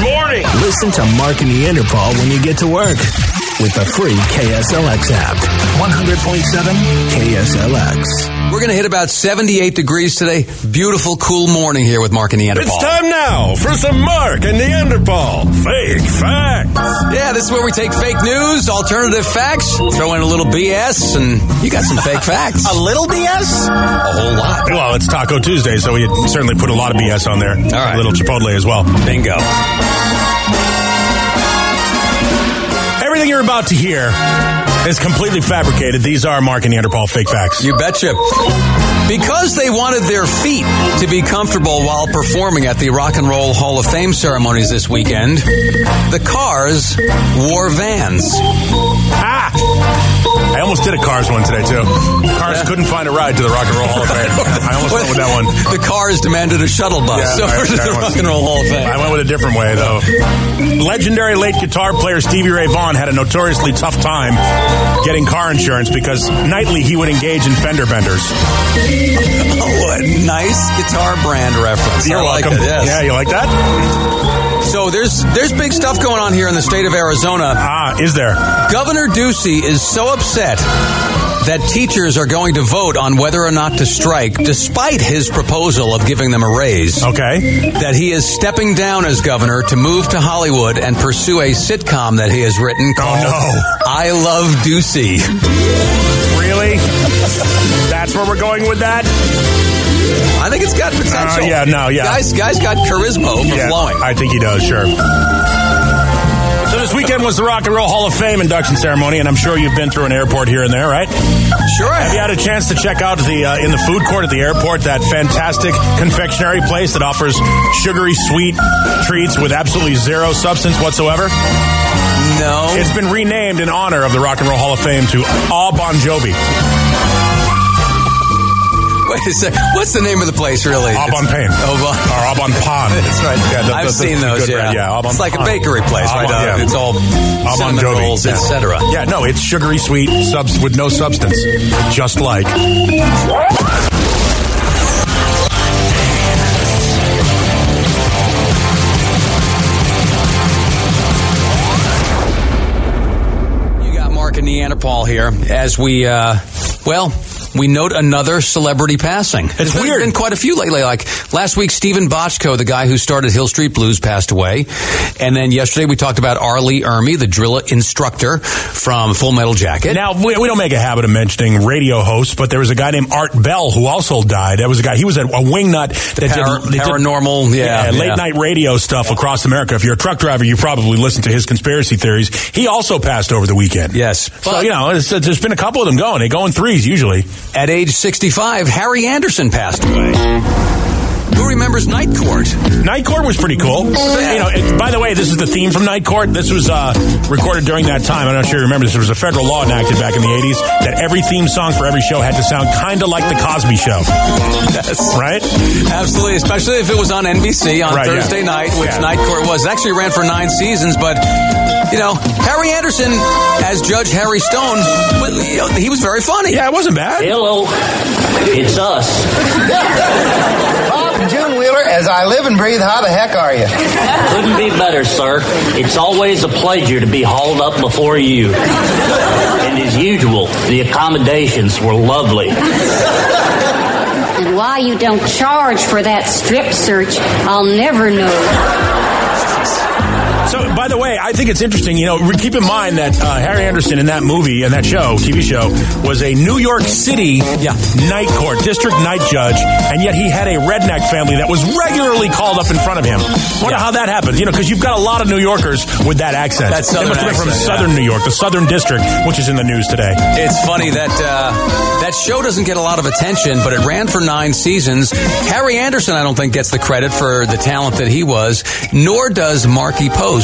morning. Listen to Mark and Neanderthal when you get to work with the free KSLX app. 100.7 KSLX. We're going to hit about 78 degrees today. Beautiful, cool morning here with Mark and Neanderthal. It's time now for some Mark and Neanderthal fake facts. Yeah, this is where we take fake news, alternative facts, throw in a little BS, and you got some fake facts. A little BS? A whole lot. Well, it's Taco Tuesday, so we certainly put a lot of BS on there. All right. A little Chipotle as well. Bingo. Everything you're about to hear is completely fabricated. These are Mark and Neanderthal fake facts. You betcha. Because they wanted their feet to be comfortable while performing at the Rock and Roll Hall of Fame ceremonies this weekend, the cars wore vans. Ah! I almost did a Cars one today, too. Cars couldn't find a ride to the Rock and Roll Hall of Fame. I almost went with that one. The cars demanded a shuttle bus Yeah, over I- to I the went- Rock and Roll Hall of Fame. I went with a different way, though. Legendary late guitar player Stevie Ray Vaughan had a notoriously tough time getting car insurance because nightly he would engage in fender benders. Oh, a nice guitar brand reference. You're I like welcome. it, yes. Yeah, you like that? So there's there's big stuff going on here in the state of Arizona. Ah, is there? Governor Ducey is so upset that teachers are going to vote on whether or not to strike, despite his proposal of giving them a raise. Okay. That he is stepping down as governor to move to Hollywood and pursue a sitcom that he has written called Oh, no. I Love Ducey. Really? That's where we're going with that? I think it's got potential. Uh, yeah, no, yeah. Guys, guys got charisma overflowing. I think he does, sure. So this weekend was the Rock and Roll Hall of Fame induction ceremony, and I'm sure you've been through an airport here and there, right? sure. I Have you had a chance to check out the uh, in the food court at the airport that fantastic confectionery place that offers sugary sweet treats with absolutely zero substance whatsoever? No. It's been renamed in honor of the Rock and Roll Hall of Fame to Au Bon Jovi. Wait a sec. What's the name of the place, really? Au Bon Pain. Oh, Bon- Or Au Bon Pond. That's right. Yeah, the- I've the- seen the those. good Yeah, brand. yeah Au Bon it's like a Pond. bakery place, Au right? Bon- Uh, yeah. It's all Au Bon cinnamon Jovi, rolls, yeah. etc. Yeah, no, it's sugary sweet subs with no substance, just like You got Mark and Neanderthal here as we, uh, well, we note another celebrity passing. It's There's weird. Been, been quite a few lately. Like last week, Stephen Bochco, the guy who started Hill Street Blues, passed away, and then yesterday we talked about Arlie Ermy, the drill instructor from Full Metal Jacket. Now we, we don't make a habit of mentioning radio hosts, but there was a guy named Art Bell who also died. That was a guy. He was a, a wingnut that Par- did, that did- paranormal, yeah, late yeah. night radio stuff across America. If you're a truck driver, you probably listen to his conspiracy theories. He also passed over the weekend. Yes. So But- you know, it's, there's been a couple of them going. They go in threes usually. At age 65, Harry Anderson passed away. Who remembers Night Court? Night Court was pretty cool. You know, it, by the way, this is the theme from Night Court. This was uh, recorded during that time. I'm not sure you remember this. There was a federal law enacted back in the 80s that every theme song for every show had to sound kind of like the Cosby Show, Yes. right? Absolutely, especially if it was on NBC on Right, yeah. Thursday night, which Yeah. Night Court was. It actually ran for nine seasons, but you know, Harry Anderson as Judge Harry Stone, well, you know, he was very funny. Yeah, it wasn't bad. Hello, it's us. June Wheeler, as I live and breathe, how the heck are you? Couldn't be better, sir. It's always a pleasure to be hauled up before you. And as usual, the accommodations were lovely. And why you don't charge for that strip search, I'll never know. So, by the way, I think it's interesting. You know, keep in mind that uh, Harry Anderson in that movie and that show, TV show, was a New York City Yeah. night court, district night judge, and yet he had a redneck family that was regularly called up in front of him. Wonder Yeah. how that happened. You know, because you've got a lot of New Yorkers with that accent. That they southern must have been from accent, yeah. Southern New York, the Southern District, which is in the news today. It's funny that uh, that show doesn't get a lot of attention, but it ran for nine seasons. Harry Anderson, I don't think, gets the credit for the talent that he was, nor does Marky Post, who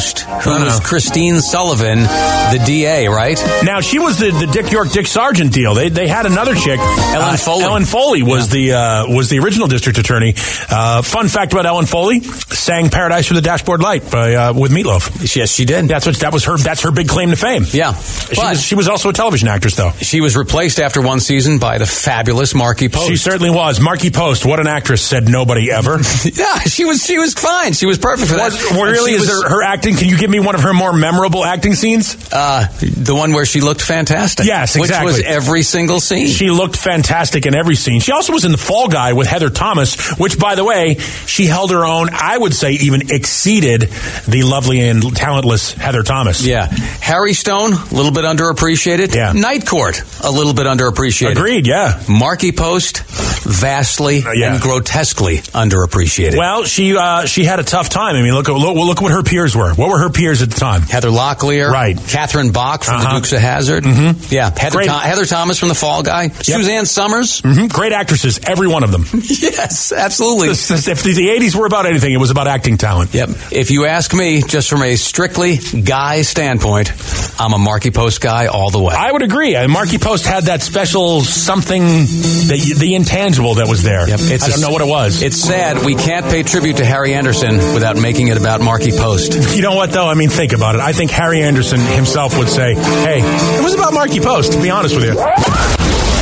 Uh-huh. was Christine Sullivan, the DA, right? Now she was the, the Dick York Dick Sargent deal. They they had another chick, Uh, Ellen Foley. Ellen Foley was the uh, was the original district attorney. Uh, fun fact about Ellen Foley: sang "Paradise Through the Dashboard Light" by uh, with Meatloaf. Yes, she did. That's what that was her. That's her big claim to fame. Yeah. she, But- was, she was also a television actress, though. She was replaced after one season by the fabulous Marky Post. She certainly was. Marky Post, what an actress, said nobody ever. yeah, she was she was fine. She was perfect for that. was, really, She is was, there her acting? Can you give me one of her more memorable acting scenes? uh, the one where she looked fantastic? Yes, Which was exactly. every single scene. She looked fantastic in every scene. She also was in The Fall Guy with Heather Thomas, which, by the way, she held her own, I would say, even exceeded the lovely and talentless Heather Thomas. yeah, Harry Stone, a little bit underappreciated. Yeah. Night Court, a little bit underappreciated. Agreed, yeah. Marky Post, vastly Uh, yeah. and grotesquely underappreciated. Well, she uh, she had a tough time. I mean, look, look look what her peers were. What were her peers at the time? Heather Locklear, Right. Catherine Bach from Uh-huh. the Dukes of Hazard, mm-hmm. yeah, Heather, Great. Tho- Heather Thomas from the Fall Guy, Suzanne Summers, hmm Great actresses, every one of them. yes, absolutely. This- this- if the eighties were about anything, it was about acting talent. Yep. If you ask me, just from a strictly guy standpoint, I'm a Marky Post guy all the way. I would agree. And Marky Post had that special something, that you, the intangible that was there. Yep, it's I don't a- know what it was. it's sad we can't pay tribute to Harry Anderson without making it about Marky Post. You know what, though? I mean, think about it. I think Harry Anderson himself would say, hey, it was about Marky Post, to be honest with you.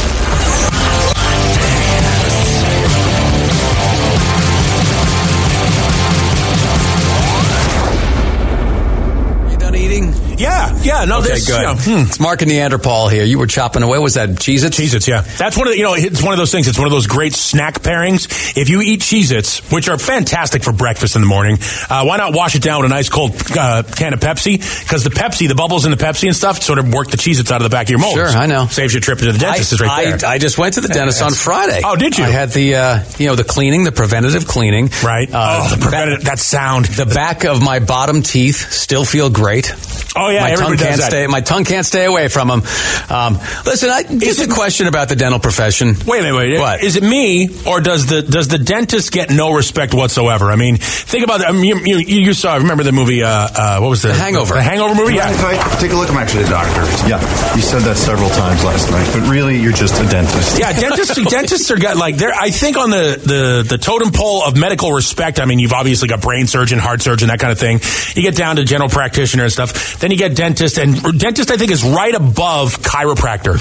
You done eating? Yeah, yeah, no, Okay, this, good. you know, hmm. It's Mark and Neanderthal here. You were chopping away. Was that Cheez Its? Cheez-Its, yeah. That's one of the, you know, it's one of those things. It's one of those great snack pairings. If you eat Cheez-Its, which are fantastic for breakfast in the morning, uh, why not wash it down with a nice cold uh, can of Pepsi? Because the Pepsi, the bubbles in the Pepsi and stuff sort of work the Cheez-Its out of the back of your mold. Sure, I know. Saves you a trip to the dentist. is right I, uh, there. I, I just went to the dentist on Friday. Oh, did you? I had the uh, you know the cleaning, the preventative cleaning. right? Uh, oh, the preventative, that, sound. The back of my bottom teeth still feel great. oh, yeah, my tongue everybody does can't that. stay. My tongue can't stay away from them. Um, listen, I, just a question about the dental profession. Wait a minute, wait. What? Is it me or does the does the dentist get no respect whatsoever? I mean, think about that. I mean, you, you, you saw. Remember the movie? Uh, uh, what was the, Hangover. The Hangover movie. Yeah, Yeah. if I take a look, I'm actually a doctor. Yeah, you said that several times last night, but really, you're just a dentist. Yeah, dentists. dentists are got like they're. I think on the, the the totem pole of medical respect. I mean, you've obviously got brain surgeon, heart surgeon, that kind of thing. You get down to general practitioner and stuff. Then you get dentist, and dentist I think is right above chiropractor.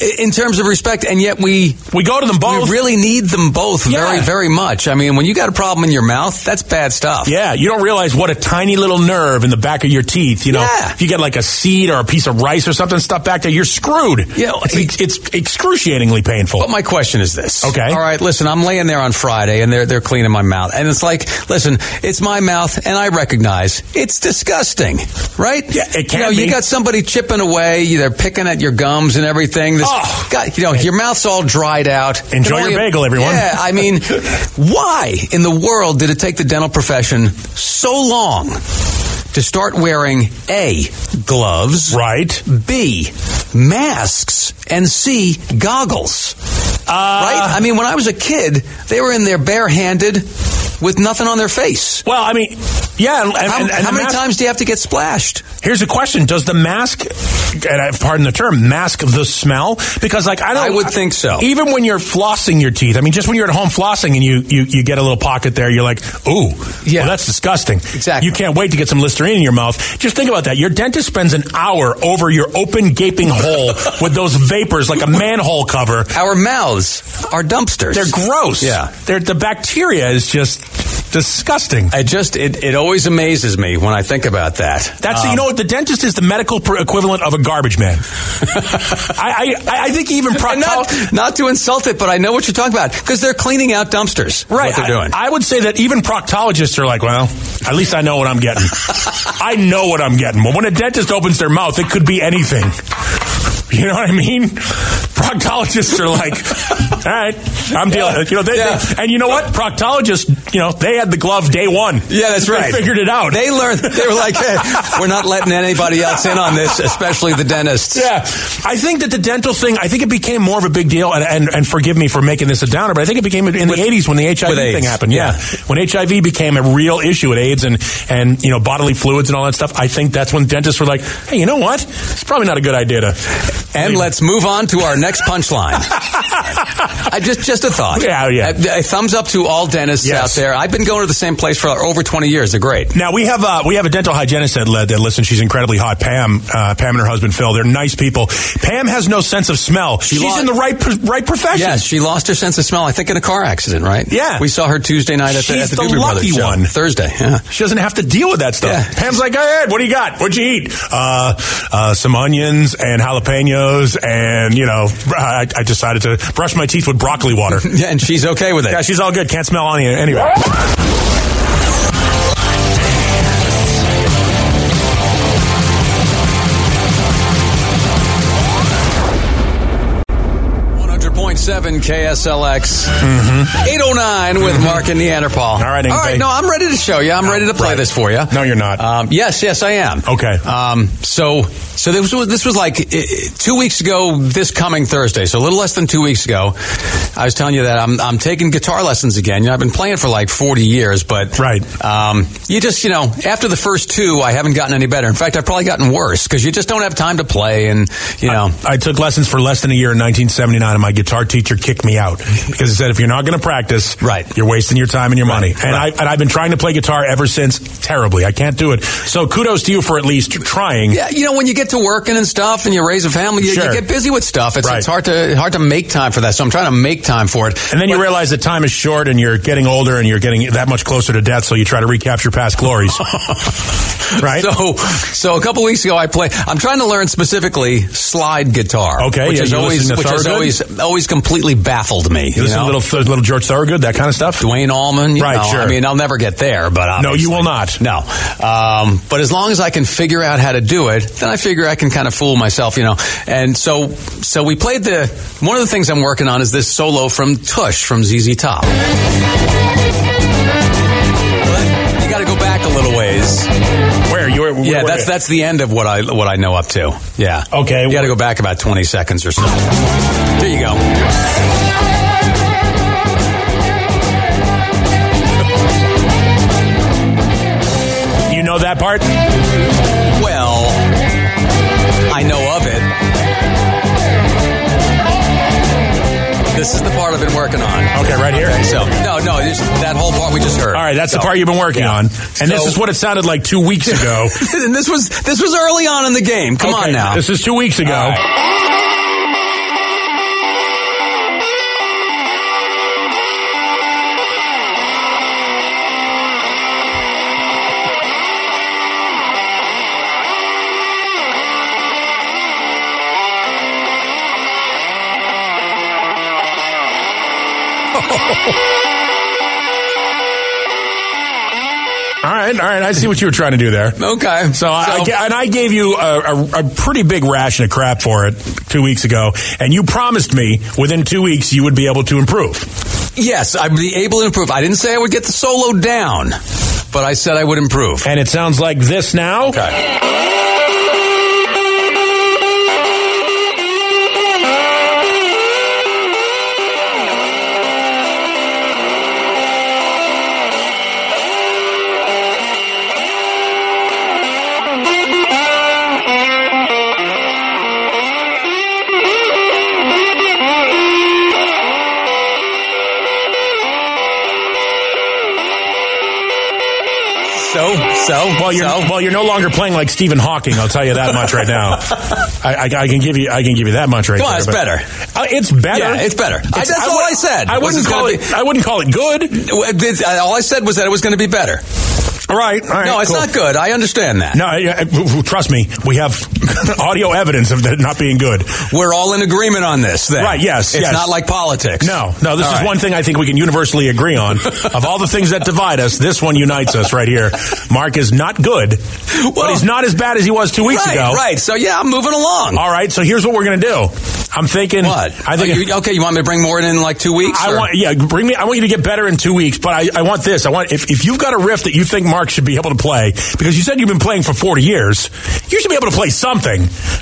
I- In terms of respect, and yet we We go to them both. we really need them both very Yeah. very much. I mean, when you got a problem in your mouth, that's bad stuff. Yeah, you don't realize what a tiny little nerve in the back of your teeth. You know, Yeah. if you get like a seed or a piece of rice or something stuck back there, you're screwed. Yeah, it's, it's, it's excruciatingly painful. But my question is this. Okay. All right, listen, I'm laying there on Friday and they're they're cleaning my mouth. And it's like, listen, it's my mouth and I recognize it's disgusting. Right? Yeah, it can You know, be. you got somebody chipping away, they're picking at your gums and everything. This Oh. got you know, your mouth's all dried out. Enjoy And all your bagel, everyone. Yeah, I mean, why in the world did it take the dental profession so long to start wearing A gloves? right? B, masks, and C, goggles. Uh, right? I mean, when I was a kid, they were in there barehanded with nothing on their face. Well, I mean, yeah. And, How, and- and how the many mask- times do you have to get splashed? Here's a question: Does the mask, and I, pardon the term, mask the smell? Because like I don't, I would think so. Even when you're flossing your teeth, I mean, just when you're at home flossing and you you, you get a little pocket there, you're like, ooh, Yeah. well, that's disgusting. Exactly. You can't wait to get some Listerine in your mouth. Just think about that. Your dentist spends an hour over your open gaping hole with those vapors like a manhole cover. Our mouths are dumpsters. They're gross. Yeah. They're, the bacteria is just disgusting. I just, it, it always amazes me when I think about that. That's you know what the dentist is the medical pr- equivalent of a garbage man. I, I I think even proctol- And not, not to insult it, but I know what you're talking about because they're cleaning out dumpsters. is Right, What they're I- doing. I, would say that even proctologists are like, well, at least I know what I'm getting. I know what I'm getting. Well, when a dentist opens their mouth, it could be anything. You know what I mean? proctologists are like, all right, I'm dealing. You know, they, Yeah. they- and you know what? Proctologists, you know, they had the glove day one. Yeah, that's right. They figured it out. They learned. They were like, hey, we're not letting anybody else in on this, especially the dentists. Yeah, I think that the dental thing. I think it became more of a big deal, and and, and forgive me for making this a downer, but I think it became in the '80s when the HIV with AIDS. thing happened. Yeah. Yeah. when HIV became a real issue with AIDS and and you know bodily fluids and all that stuff. I think that's when dentists were like, hey, you know what? It's probably not a good idea to. And let's move on to our next punchline. I just just a thought. Yeah, oh, yeah. A, a thumbs up to all dentists Yes. out there. I've been going to the same place for over twenty years. They're great. Now we have uh, we have a dental hygienist that led that listen. She's incredibly hot. Pam, uh, Pam and her husband Phil. They're nice people. Pam has no sense of smell. She's lost- in the right pr- right profession. Yes, she lost her sense of smell. I think in a car accident, right? Yeah. we saw her Tuesday night at the, She's at the, the Doobie Brothers lucky show. one. Thursday. Yeah. She doesn't have to deal with that stuff. Yeah. Pam's like, hey, Ed, what do you got? What'd you eat? Uh, uh, some onions and jalapenos, and you know, I, I decided to brush my teeth with broccoli water. Yeah, and she's okay with it. yeah, she's all good. Can't smell onion anyway. One hundred point seven KSLX. Eight oh nine with Mark and Neanderthal. All Mm-hmm. right, all Ingve. right. No, I'm ready to show you. I'm ready to play right. this for you. No, you're not. Um, yes, yes, I am. Okay. Um, so, so this was this was like eh, eh, two weeks ago. This coming Thursday, so a little less than two weeks ago, I was telling you that I'm I'm taking guitar lessons again. You know, I've been playing for like 40 years, but Right. Um, you just you know after the first two, I haven't gotten any better. In fact, I've probably gotten worse because you just don't have time to play, and you know. I took lessons for less than a year in 1979, and my guitar teacher kicked me out because he said, "If you're not going to practice, Right. you're wasting your time and your money." And I and I've been trying to play guitar ever since. Terribly, I can't do it. So kudos to you for at least trying. Yeah, you know, when you get to working and stuff, and you raise a family, you, Sure. you get busy with stuff. It's, Right. it's hard to hard to make time for that. So I'm trying to make time for it. And then you realize that time is short, and you're getting older, and you're getting that much closer to death. So you try to recapture past glories, right? So, so a couple weeks ago, I play. I'm trying to learn specifically slide guitar. Okay, which yeah, is you always listen to which has Thurgood? always always completely baffled me. You you listen know? to little little George Thorogood, that kind of stuff. Dwayne Allman. you Right, know, sure. I mean, I'll never get there, but uh, No, you obviously. will not. No, um, but as long as I can figure out how to do it, then I figure I can kind of fool myself, you know. And so, so we played the one of the things I'm working on is this solo from Tush from ZZ Top. You got to go back a little ways. Where you? Where, Yeah, where- that's that's the end of what I what I know up to. Yeah. Okay. You got to go back about 20 seconds or so. There you go. You know that part? Well, I know of it. This is the part I've been working on. Okay, right here. So no, no, just that whole part we just heard. All right, that's the So- part you've been working Yeah. on, and this So- is what it sounded like two weeks ago. and this was this was early on in the game. Come Okay, on now. This is two weeks ago. All All right, all right. I see what you were trying to do there. okay. So, I, I- and I gave you a, a, a pretty big ration of crap for it two weeks ago, and you promised me within two weeks you would be able to improve. yes, I'd be able to improve. I didn't say I would get the solo down, but I said I would improve. And it sounds like this now. Okay. So, so, Well, you're so. well, you're no longer playing like Stephen Hawking. I'll tell you that much right now. I, I, I can give you I can give you that much right Come on, there, it's but- better. Uh, it's better. Yeah, it's better. I- that's all would- I said, I was wouldn't it's call gonna it. I wouldn't call it good. uh, Well, it- it- all I said was that it was going to be better. All right. All right. No, it's cool. not good. I understand that. No, I- I- trust me, we have audio evidence of that not being good. We're all in agreement on this. Then. Right, yes, It's yes. not like politics. No, no, this All is right. one thing I think we can universally agree on. of all the things that divide us, this one unites us right here. Mark is not good, but Well- he's not as bad as he was two weeks right, ago. Right. So yeah, I'm moving along. All right, so here's what we're going to do. I'm thinking. What? I think. Oh, you- okay, you want me to bring more in in like two weeks? I or- want yeah, bring me. I want you to get better in two weeks, but I, I want this. I want if, if you've got a riff that you think Mark should be able to play because you said you've been playing for forty years, you should be able to play something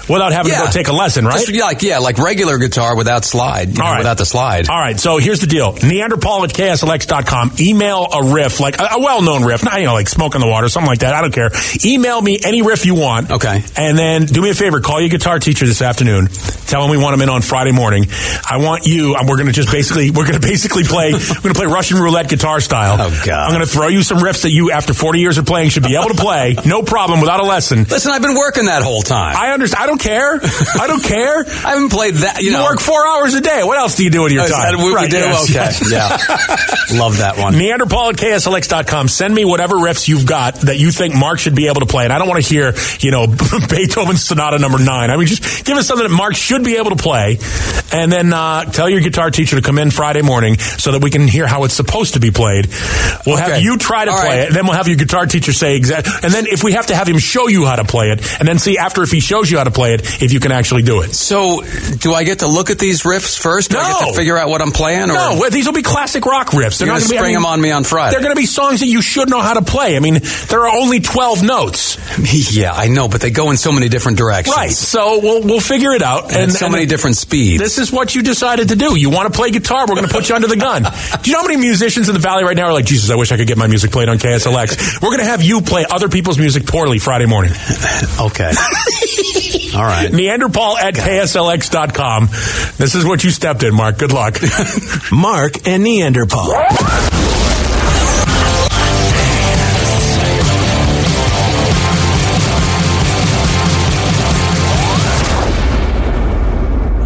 without having to go take a lesson, right? Just, yeah, like yeah, like regular guitar without slide, you know, All right. without the slide. All right, so here's the deal. Neanderthal at KSLX.com. Email a riff, like a, a well-known riff, not, you know, like Smoke on the Water, something like that. I don't care. Email me any riff you want. Okay. And then do me a favor, call your guitar teacher this afternoon. Tell him we want him in on Friday morning. I want you, and we're going to just basically, we're going to basically play, we're going to play Russian roulette guitar style. Oh, God. I'm going to throw you some riffs that you, after 40 years of playing, should be able to play. No problem, without a lesson. Listen, I've been working that whole time. I understand. I don't care. I don't care. I haven't played that. You, You know, work four hours a day. What else do you do in your Oh, is time? that what we Right, do? yes, okay, yes. yeah, love that one. Neanderthal at KSLX.com. Send me whatever riffs you've got that you think Mark should be able to play. And I don't want to hear, you know, Beethoven's Sonata number nine. I mean, just give us something that Mark should be able to play. And then uh, tell your guitar teacher to come in Friday morning so that we can hear how it's supposed to be played. We'll have Okay. you try to All play right. it. Then we'll have your guitar teacher say exactly. And then if we have to have him show you how to play it, and then see after if he shows you how to play it, if you can actually do it. So, do I get to look at these riffs first? Do I get No. to figure out what I'm playing? Or No, well, these will be classic rock riffs. They're You're not going gonna to be I spring mean, 'em on me on Friday. They're going to be songs that you should know how to play. I mean, there are only twelve notes, yeah, I know, but they go in so many different directions. right? So we'll we'll figure it out. And, so many different speeds. This is what you decided to do. You want to play guitar? We're going to put you under the gun. Do you know how many musicians in the valley right now are like, Jesus, I wish I could get my music played on KSLX. We're going to have you play other people's music poorly Friday morning. okay. All right. Neanderthal at KSLX.com. This is what you stepped in, Mark. Good luck. Mark and Neanderthal.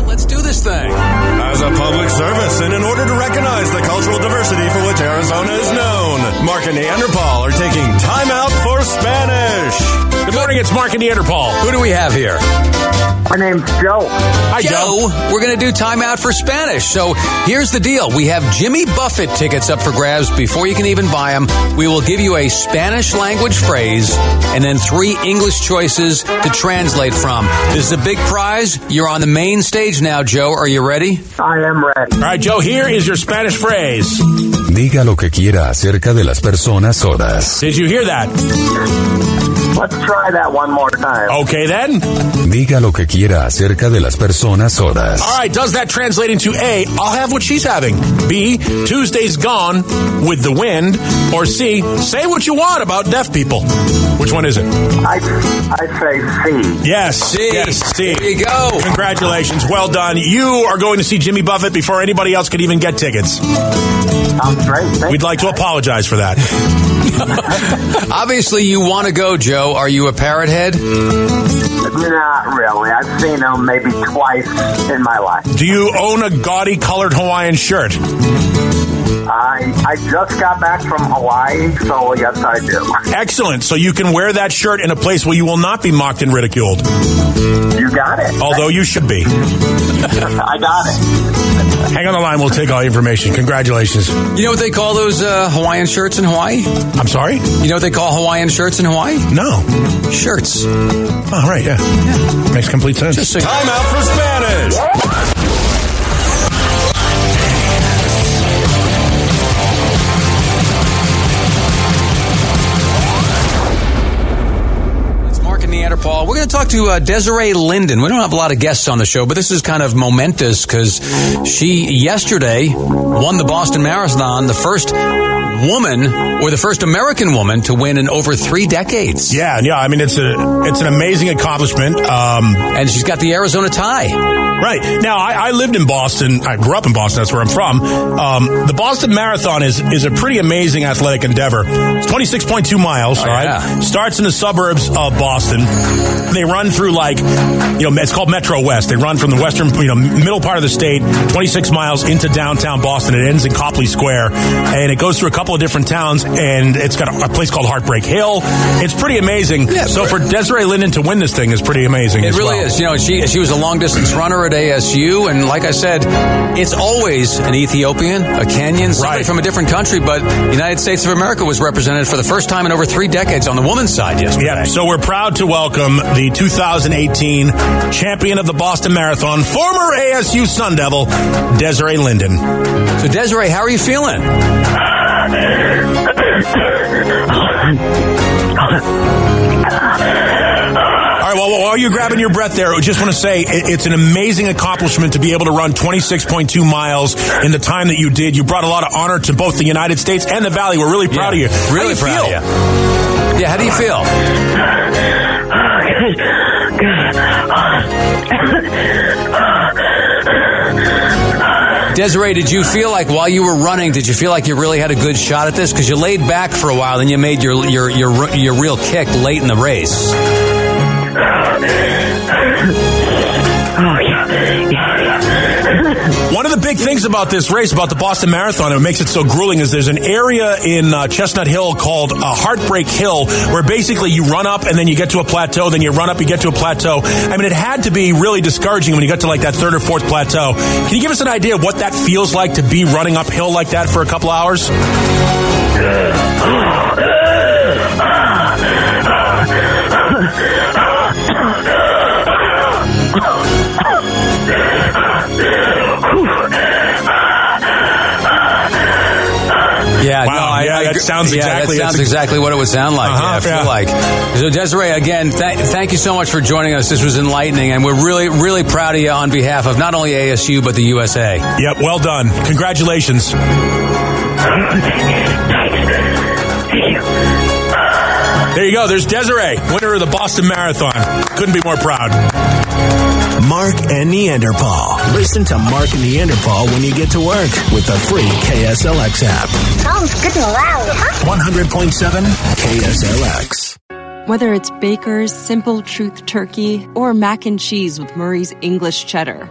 Let's do this thing. As a public service and in order to recognize the cultural diversity for which Arizona is known, Mark and Neanderthal are taking time out for Spanish. Good morning. It's Mark and Neanderthal. Who do we have here? My name's Joe. Hi, Joe, we're going to do timeout for Spanish. So here's the deal. We have Jimmy Buffett tickets up for grabs. Before you can even buy them, we will give you a Spanish language phrase and then three English choices to translate from. This is a big prize. You're on the main stage now, Joe. Are you ready? I am ready. All right, Joe, here is your Spanish phrase. Diga lo que quiera acerca de las personas sordas. Did you hear that? Let's try that one more time. Okay, then. Diga lo que quiera acerca de las personas sordas. All right, does that translate into A, I'll have what she's having? B, Tuesday's gone with the wind? Or C, say what you want about deaf people? Which one is it? I, I say C. Yes. C. Yes, C. There you go. Congratulations. Well done. You are going to see Jimmy Buffett before anybody else could even get tickets. Sounds great. Thank We'd you, like to guys. apologize for that. Obviously, you want to go, Joe. Are you a parrot head? Not really. I've seen them maybe twice in my life. Do you own a gaudy colored Hawaiian shirt? I I just got back from Hawaii, so yes, I do. Excellent. So you can wear that shirt in a place where you will not be mocked and ridiculed, You got it. although you should be. I got it. Hang on the line. We'll take all your information. Congratulations. You know what they call those uh, Hawaiian shirts in Hawaii? I'm sorry? You know what they call Hawaiian shirts in Hawaii? No. Shirts. Oh, right, yeah. Makes complete sense. Just so you- Time out for Spanish. It's Mark and Neanderthal. We're going to talk to uh, Desiree Linden. We don't have a lot of guests on the show, but this is kind of momentous because she yesterday won the Boston Marathon, the first woman or the first American woman to win in over three decades. yeah, yeah. I mean, it's a it's an amazing accomplishment. Um, And she's got the Arizona tie. right now, I, I lived in Boston. I grew up in Boston. That's where I'm from. Um, the Boston Marathon is is a pretty amazing athletic endeavor. It's 26.2 miles. all right, Oh, yeah. starts in the suburbs of Boston. They run through like you know it's called Metro West. They run from the western you know middle part of the state, 26 miles into downtown Boston. It ends in Copley Square, and it goes through a couple. couple of different towns, and it's got a, a place called Heartbreak Hill. It's pretty amazing. so for Desiree Linden to win this thing is pretty amazing. It as really well. is. You know, she she was a long distance runner at ASU, and like I said, it's always an Ethiopian, a Kenyan, somebody from a different country. But the United States of America was represented for the first time in over three decades on the woman's side yesterday. Yeah, so we're proud to welcome the 2018 champion of the Boston Marathon, former ASU Sun Devil, Desiree Linden. So, Desiree, how are you feeling? All right, well, while you're grabbing your breath there, I just want to say it- it's an amazing accomplishment to be able to run 26.2 miles in the time that you did. You brought a lot of honor to both the United States and the Valley. We're really proud of you. Really proud of you. Yeah, how do you feel? Desiree, did you feel like while you were running, did you feel like you really had a good shot at this? Because you laid back for a while, then you made your your your your real kick late in the race. One of the big things about this race, about the Boston Marathon, and what makes it so grueling is there's an area in uh, Chestnut Hill called uh, Heartbreak Hill, where basically you run up and then you get to a plateau, then you run up, you get to a plateau. I mean, it had to be really discouraging when you got to like that third or fourth plateau. Can you give us an idea of what that feels like to be running uphill like that for a couple hours? Yeah, Wow, no, I, yeah, I that agree- sounds yeah, exactly- that that's sounds ex- exactly what it would sound like. Uh-huh, yeah, I feel yeah. like. So, Desiree, again, th- thank you so much for joining us. This was enlightening, and we're really, really proud of you on behalf of not only ASU but the USA. Yep, well done. Congratulations. There you go. There's Desiree, winner of the Boston Marathon. Couldn't be more proud. Mark and Neanderthal. Listen to Mark and Neanderthal when you get to work with the free KSLX app. Sounds good and loud, huh? 100.7 KSLX. Whether it's Baker's Simple Truth Turkey or mac and cheese with Murray's English Cheddar